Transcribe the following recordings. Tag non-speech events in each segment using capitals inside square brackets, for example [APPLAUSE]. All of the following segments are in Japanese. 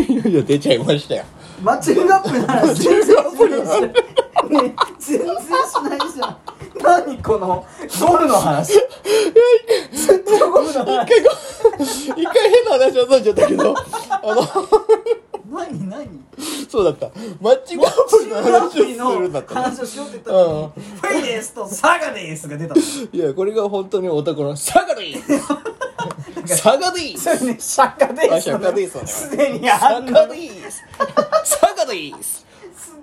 いの出ちゃいましたよマッチングアップなら全然しないじゃんね全然しないじゃん何このゴムの話ずっとゴムの話一回変な話をされちゃったけどあの何何そうだったマッチングアプリのアプ話をリするんだのったね話をしようって言ったのにフェイですとサガですが出 [LAUGHS] たのいやこれが本当にオタクのサガリーサガリーそれね釈迦あです釈迦ですよねすでにあサんガなリーサガリーす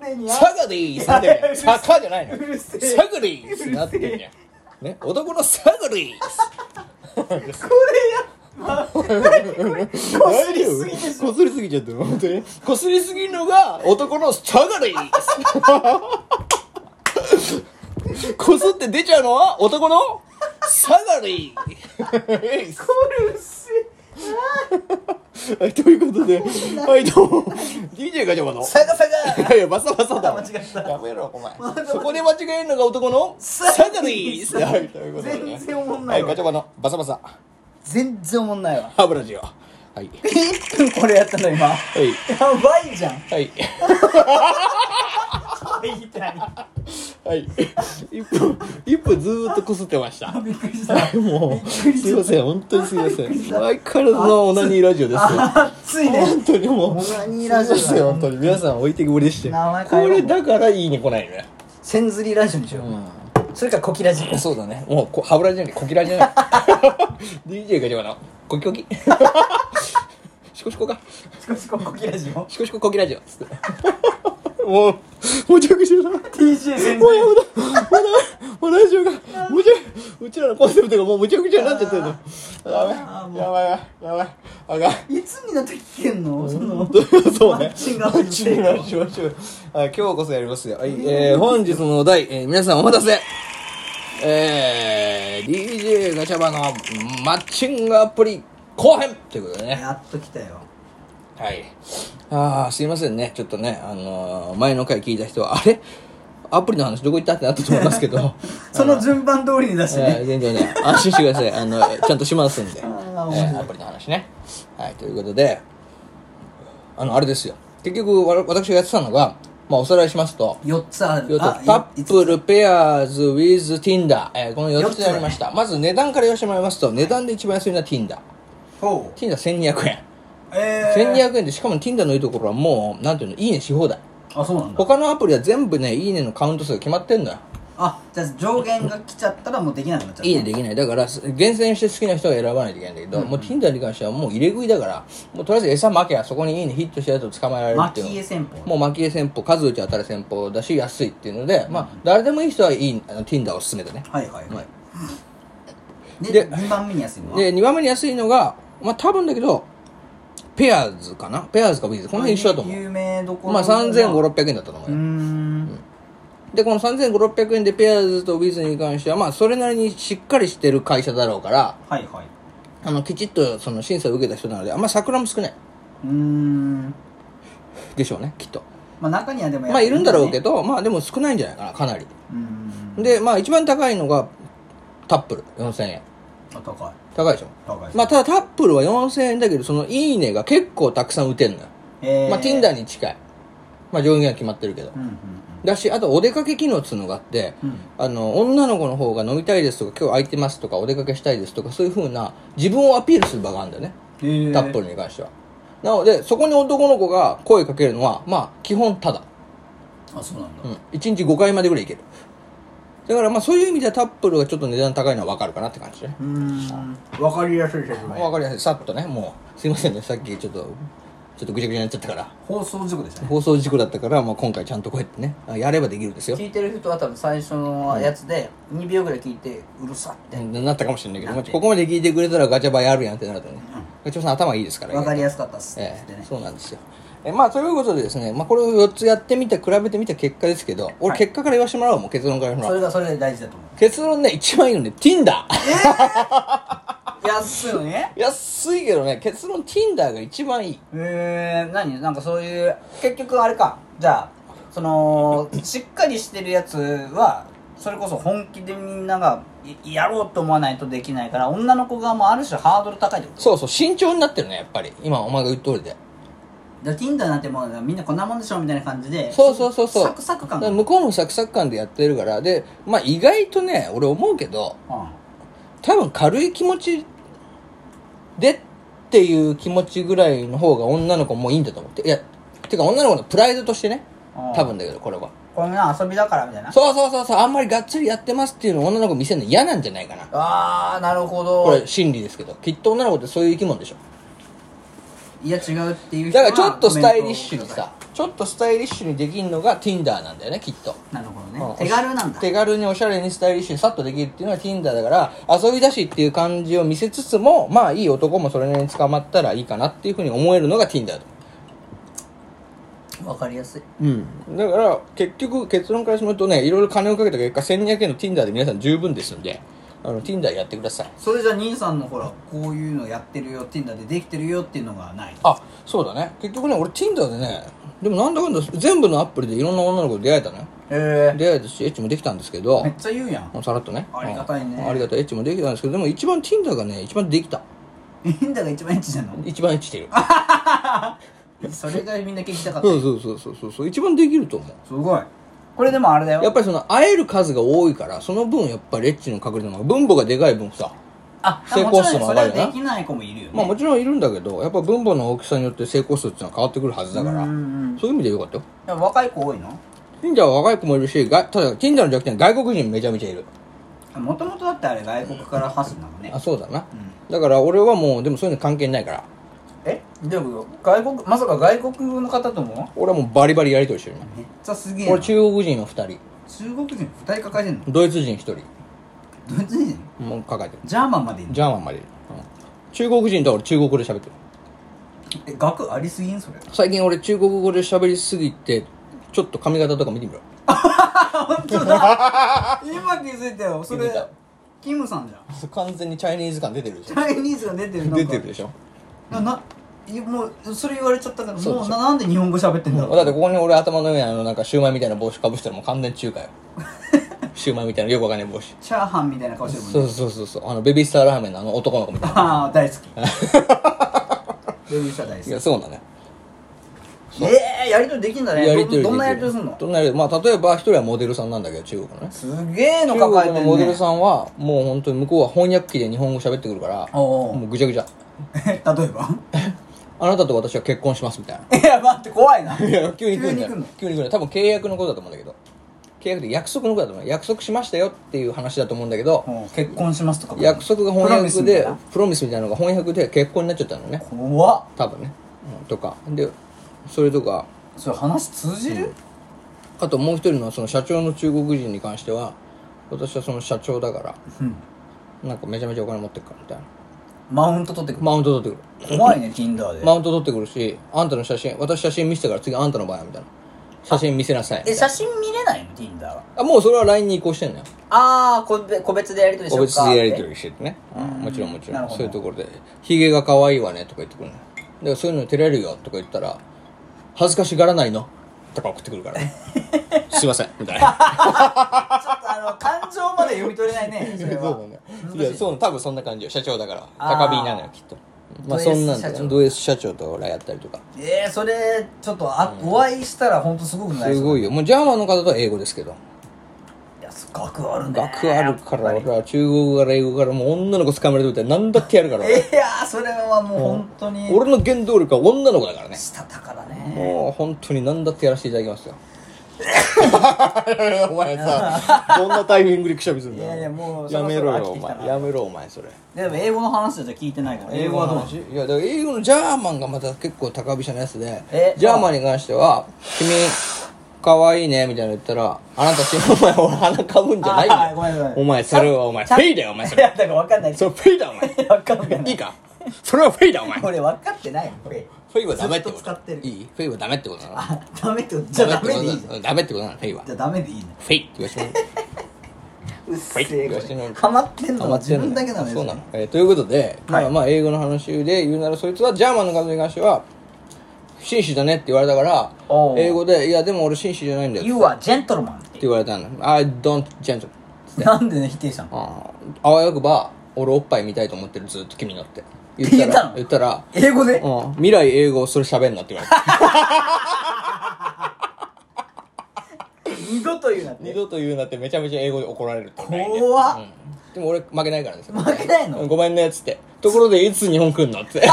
でにあんサガリーなんでサカじゃないのうるせえサガリーってなってんじゃんね男のサガリーこれやっぱ何これこすりすぎでしょこすりすぎちゃってる本当にこすりすぎるのが男のサガリーこすって出ちゃうのは男のサガリーこれうっせ [LAUGHS] はい、ということで、はい、どうも、DJ ガチャバの。サガサガいやいや、バサバサだ。間違えたやめろ、お前。そこで間違えるのが男の、サガリーです。はい、ということで、ね。全然おもんはないい、わガチャバのバサバサ、全然おもんないわ歯ブラシを。はい。はい。ピン [LAUGHS] クこれやったの今やばいじゃんはい。みたいなはい。一分、一分ずーっとこすってました。びっくりしたはい、もう、すいません、本当にすいません。相変わらずのオナニーラジオですよ。熱いね本当にもう、オナニーラジオだすいません本当に。皆さん置いてきぼりでして。名前こ変えろれだからいいね来ないね。千釣りラジオにしよう、それかコキラジそうだね。もうこ、歯ブラシじゃなきゃ、こきらじゃない。DJ が違うな。こきこき。シコシコか。少しこコキラジオシコシコこきラジオ。つってもう、もうちゃくちゃだ。もう TJ 千釣やめだ。もうだ。もうラジオが、むちゃ、うちらのコンセプトがもうむちゃくちゃになっちゃってるの。やあーばい。もうやばいわ。やばい。あがん。りいつになって聞けんのそのそうね。マッチングアプリしマッチてングアプリしましょうはい、今日こそやりますよ。はい、えー、本日のお題、えー、皆さんお待たせ。えー、DJ ガチャバのマッチングアプリ後編ということでね。やっと来たよはい。あー、すいませんね。ちょっとね、あのー、前の回聞いた人は、あれアプリの話どこ行ったってなったと思いますけど、その順番通りに出してねえー、全然ね、安心してください。あの、ちゃんとしますんで。ああ面え白いーアプリの話ね。はい、ということで、あの、あれですよ。結局、わ私がやってたのが、まあ、おさらいしますと、 4つあ要るはあカいップル、ペアーズ、ウィズ、ティンダー、えーこの4つでありました。まず値段から言わせてもらいますと、値段で一番安いのはティンダー。ほうティンダー1200円。ええ1200円で、しかもティンダーのいいところはもう、なんていうの、いいねし放題。あそうなんだ他のアプリは全部ね、いいねのカウント数が決まってんのよ。あじゃあ上限が来ちゃったらもうできなくなっちゃういいねできない。だから、す厳選して好きな人は選ばないといけないんだけど、もう Tinder に関してはもう入れ食いだから、もうとりあえず餌巻けや、そこにいいねヒットしたやつを捕まえられるっていうの。蒔絵戦法もう巻き絵戦法、数打ち当たる戦法だし、安いっていうので、まあ、誰でもいい人はいい、あの Tinder おすすめだね。はいはいははいいでで2番目に安いのはで、2番目に安いのが、まあ多分だけど、ペアーズかなペアーズかウィズ。この辺一緒だと思う。有名どころまあう3500、600円だったと思うよ。ーんでこの3500円でペアーズとウィズに関してはまあそれなりにしっかりしてる会社だろうからはいはいあのきちっとその審査を受けた人なのであんま桜も少ないうーんでしょうねきっとまあ中にはでもまやっぱあいるんだろうけどどまあでも少ないんじゃないかなかなりうーんでまあ一番高いのがタップル4000円あ高い高いでしょ高いですまあただタップルは4000円だけどそのいいねが結構たくさん打てんのよえまあ Tinder に近いまあ上限は決まってるけどうんうんうんだしあとお出かけ機能っつうのがあって、うんあの女の子の方が飲みたいですとか今日空いてますとかお出かけしたいですとかそういうふうな自分をアピールする場があるんだよね、えータップルに関してはなのでそこに男の子が声かけるのはまあ基本ただ、あそうなんだうん、1日5回までぐらいいけるだからまあそういう意味ではタップルがちょっと値段高いのは分かるかなって感じねうーんわかりやすい説分明かりやすいさっとねもうすいませんねさっきちょっとちょっとぐちゃぐちゃになっちゃったから放送事故でしたね放送事故だったから、まあ、今回ちゃんとこうやってねあやればできるんですよ聞いてる人は多分最初のやつで2秒ぐらい聞いてうるさってなったかもしれないけど、なまっあてここまで聞いてくれたらガチャバやるやんってなるとね、ガチャバさん頭いいですからわかりややすかったっすってええ言ってねそうなんですよえまあということでですね、まあ、これを4つやってみて比べてみた結果ですけどはい俺結果から言わせてもらおうもう結論から言わせてもそらおれがそれで大事だと思うう結論ね一番いいのね Tinder [LAUGHS] 安いのね安いけどね結論 Tinder が一番いいえー、何なんかそういう結局あれかじゃあそのしっかりしてるやつはそれこそ本気でみんながいやろうと思わないとできないから女の子側もある種ハードル高いってこそうそう慎重になってるねやっぱり今お前が言う通りでだから Tinder なんてもうみんなこんなもんでしょみたいな感じでそうそうそうそうサクサク感だがから向こうもサクサク感でやってるからでまあ意外とね俺思うけどうん多分軽い気持ちでっていう気持ちぐらいの方が女の子もいいんだと思っていやてか女の子のプライドとしてねうん多分だけどこれはこんな遊びだからみたいなそうそうそうそうあんまりがっつりやってますっていうのを女の子見せるの嫌なんじゃないかなああなるほどこれ心理ですけどきっと女の子ってそういう生き物でしょいや違うっていう人だはからちょっとスタイリッシュにコメントをくさだちょっとスタイリッシュにできるのが Tinder なんだよねきっといなるほどうんね手軽なんだ手軽におしゃれにスタイリッシュにさっとできるっていうのが Tinder だから遊び出しっていう感じを見せつつもまあいい男もそれなりに捕まったらいいかなっていうふうに思えるのが Tinder だとわかりやすいうん、だから結局結論からするとねいろいろ金をかけた結果1200円の Tinder で皆さん十分ですんであの Tinder やってくださいそれじゃあ兄さんのほらこういうのやってるよ Tinder でできてるよっていうのがないあそうだね結局ね俺 Tinder でねでもなんだかんだ全部のアプリでいろんな女の子と出会えたのよへ出会えたしエッチもできたんですけどめっちゃ言う [LAUGHS] やんもうさらっとねありがたいねうんありがたいエッチもできたんですけどでも一番 Tinder がね一番できた Tinder が一番エッチじゃん一番エッチしてるのそれがみんな聞きたかったそうそうそうそうそうそう一番できると思うすごいこれでもあれだよやっぱりその会える数が多いからその分やっぱりエッチの確率の方が分母がでかい分さあ成功数もも上がちろんるそよなれはできない子もいるよねまあもちろんいるんだけどやっぱ分母の大きさによって成功数っていうのは変わってくるはずだからうんうんそういう意味でよかったよやっぱ若い子多いの Tinder は若い子もいるしがただ Tinder の弱点は外国人めちゃめちゃいるもともとだってあれ外国から発すなのねあそうだな、うだから俺はもうでもそういうの関係ないからえでも外国まさか外国の方とも俺はもうバリバリやり取りしてるねめっちゃすげえな俺中国人は2人中国人2人抱えてんのドイツ人1人ドイツ人もう抱えてるジャーマンまでいんのジャーマンまでいる、うん中国人とは俺中国語で喋ってるえ額ありすぎんそれ最近俺中国語で喋りすぎてちょっと髪型とか見てみろ本当だ今気づいたよそ気づれいたキムさんじゃん完全にチャイニーズ感出てるでしチょャイニーズが出てるなんか出てるでしょなないもうそれ言われちゃったからそうでもしうょななんで日本語喋ってんだろうだってここに俺頭の上にあのなんかシューマイみたいな帽子かぶしたらもう完全中華よシューマイみたいなよくわかんない帽子チャーハンみたいな顔してるもんねそうそうそうそうあのベビースターラーメンのあの男の子みたいああ [LAUGHS] 大好きベビースター大好ないやそうだねきええやりとりできんだねやりとりできるどんなやりとりすんのどんなやりとりまあ例えば一人はモデルさんなんだけど中国のねすげえの中抱え国のてるモデルねさんはもう本当に向こうは翻訳機で日本語喋ってくるからおうおうもうぐちゃぐちゃ [LAUGHS] 例えば [LAUGHS] あなたと私は結婚しますみたいないや待って怖いないや、急に来るんだよ急に来んの。急に来るんだよ多分契約のことだと思うんだけど。契約って約束のことだと思う。約束しましたよっていう話だと思うんだけど、もう結婚しますとか約束が翻訳プロミスみたいでな、プロミスみたいなのが翻訳で結婚になっちゃったのね。怖っ多分ね。うんとか。で、それとか、それ話通じる、あともう一人のその社長の中国人に関しては、私はその社長だから、うん、なんかめちゃめちゃお金持ってくからみたいな。マウント取ってくるマウント取ってく怖いね Tinder る。で、マウント取ってくるし、あんたの写真、私写真見せたから次あんたの場合みたいな。写真見せなさい。みたえいな写真見れないの Tinder はあ、もうそれは LINE に移行してんのよ。ああ個別個別でやりとりし個よう別かでやり取りしててね、うんもちろんもちなろんるほどそういうところで「ヒゲが可愛いわね」とか言ってくるのよだからそういうの照れるよとか言ったら「恥ずかしがらないの?」とか送ってくるから [LAUGHS] 「すいません」みたいなちょっとあの感情まで読み取れないねそ [LAUGHS] そうれはだねいやそう多分そんな感じよ社長だからあー高火なのよきっとまあドそ S んなん社長でド S 社長と俺はやったりとかえー、それちょっとあ、お会いしたら本当すごくないすごいいよもうジャーマンの方とは英語ですけどいやすごくあるね学あるからやっ俺ぱは中国語から英語からもう女の子掴まれてみたら何だってやるからり俺いやーそれはもう本当に俺の原動力は女の子だからねしたたかだねもう本当に何だってやらせていただきますよ [LAUGHS] お前 [LAUGHS] さどんなタイミングでくしゃみするんだよいやいやもうやめろそろよそろ飽おきてきたな前やめろお前それでも英語の話じゃ聞いてないから英語はどうなのいやだから英語のジャーマンがまた結構高飛車なやつでえジャーマンに関しては「君かわいいね」みたいなの言ったら「あなた死ぬ前俺鼻かむんじゃないよあーごめんごめんお前それはお前フちゃんェイだよお前そいやれだから分かんないそれフェイだお前 [LAUGHS] 分かんないい [LAUGHS] いかそれはフェイだお前フ俺分かってないもんェイはダメってこずっと使ってとるいいフェイはダメってことなのあダメってことじゃあダメでいいじゃんダメってことなのフェイはじゃあダメでいいねフェイって言わ [LAUGHS] せてもらううっせえこはい吉れ野ハマってんのは余ってる自の分だけなのよそうなの、えーということで、はいまあまあ英語の話で言うならそいつはジャーマンの数に関しては紳士だねって言われたからおう英語で「いやでも俺紳士じゃないんだよ」っ You are gentleman ってて言われたの「I don't gentle なんでね否定したのあー」あわよくば俺おっぱい見たいと思ってるずっと君のってって言ったの言ったら、英語でうん、未来英語それ喋んなって言われ [LAUGHS] た。二度と言うなっ二て度と言うなってめちゃめちゃ英語で怒られるっていうね怖っうんでも俺負けないからですよ。負けないのごめんね、つって。ところで、いつ日本来んの [LAUGHS] って。め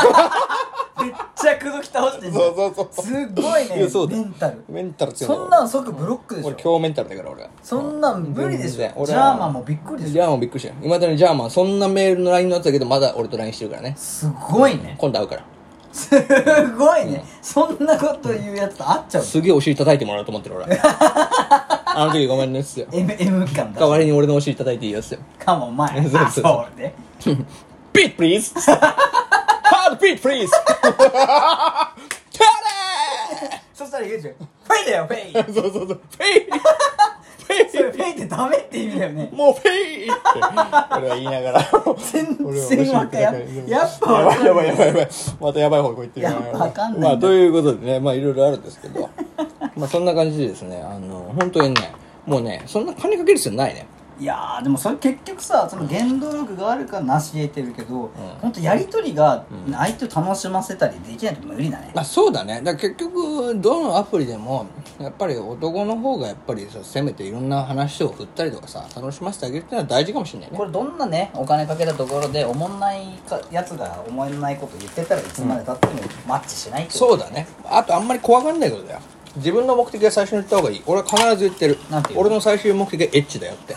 っちゃ口説き倒してんじゃんそうそうそうすっごいいねやそうだメンタルメンタル強いそんなん即ブロックでし俺、ょ強メンタルだから、俺は。そんなん無理でし全然ょ俺ジはャーマンもびっくりでジしょャーマンびっくりしたよ。いまだにジャーマン、そんなメールの LINE のやつだけど、まだ俺と LINE してるからね。すごいね今度会うから。すごいねそんなこと言うやつと会っちゃうすげえお尻叩いてもらおうと思ってる、俺。 [LAUGHS] あの時ごめんね、っすよ。 M M 感だ代わりに俺のお尻叩いていいよっすよ。かもお前そうそうそううねビートプリーズハードビートプ [LAUGHS] リーズそしたら言うじゃんフェイだよフェイ [LAUGHS] そうそうそう。フェイそれフェイってダメって意味だよねもうフェイって、俺は言いながら。全俺は然わかんややっぱやわばかいんやばいやばいやばいまたやばい方向行ってるやっぱわかんないんだまあということでねまあいろいろあるんですけど [LAUGHS] まあそんな感じでですねあの本当にねもうねそんな金かける必要ないねいやーでもそれ結局さその原動力があるから成し得てるけど、ほんとやり取りが相手を楽しませたりできないと無理だね、まあそうだねだから結局どのアプリでもやっぱり男の方がやっぱりさせめていろんな話を振ったりとかさ楽しませてあげるっていうのは大事かもしれないねこれどんなねお金かけたところでおもんないかやつがおもんないこと言ってたらいつまでたってもマッチしないってことそうだねあとあんまり怖がんないことだよ自分の目的は最初に言った方がいい俺は必ず言ってるなんて言うの俺の最終目的はエッチだよって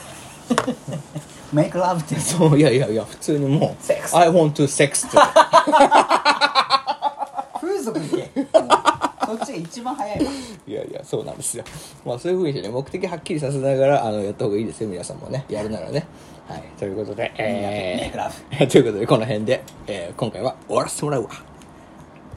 メイクラブってそういやいやいや普通にもうセックス I want to sex って [LAUGHS] 風俗行け [LAUGHS] もうそっちが一番早いわいやいや、そうなんですよ。まあ、そういうふうにしてね、目的はっきりさせながら、あの、やった方がいいですよ、皆さんもね。やるならね。はい。ということで、メえイクラブ [LAUGHS] ー、ということで、この辺で、えー今回は終わらせてもらうわ。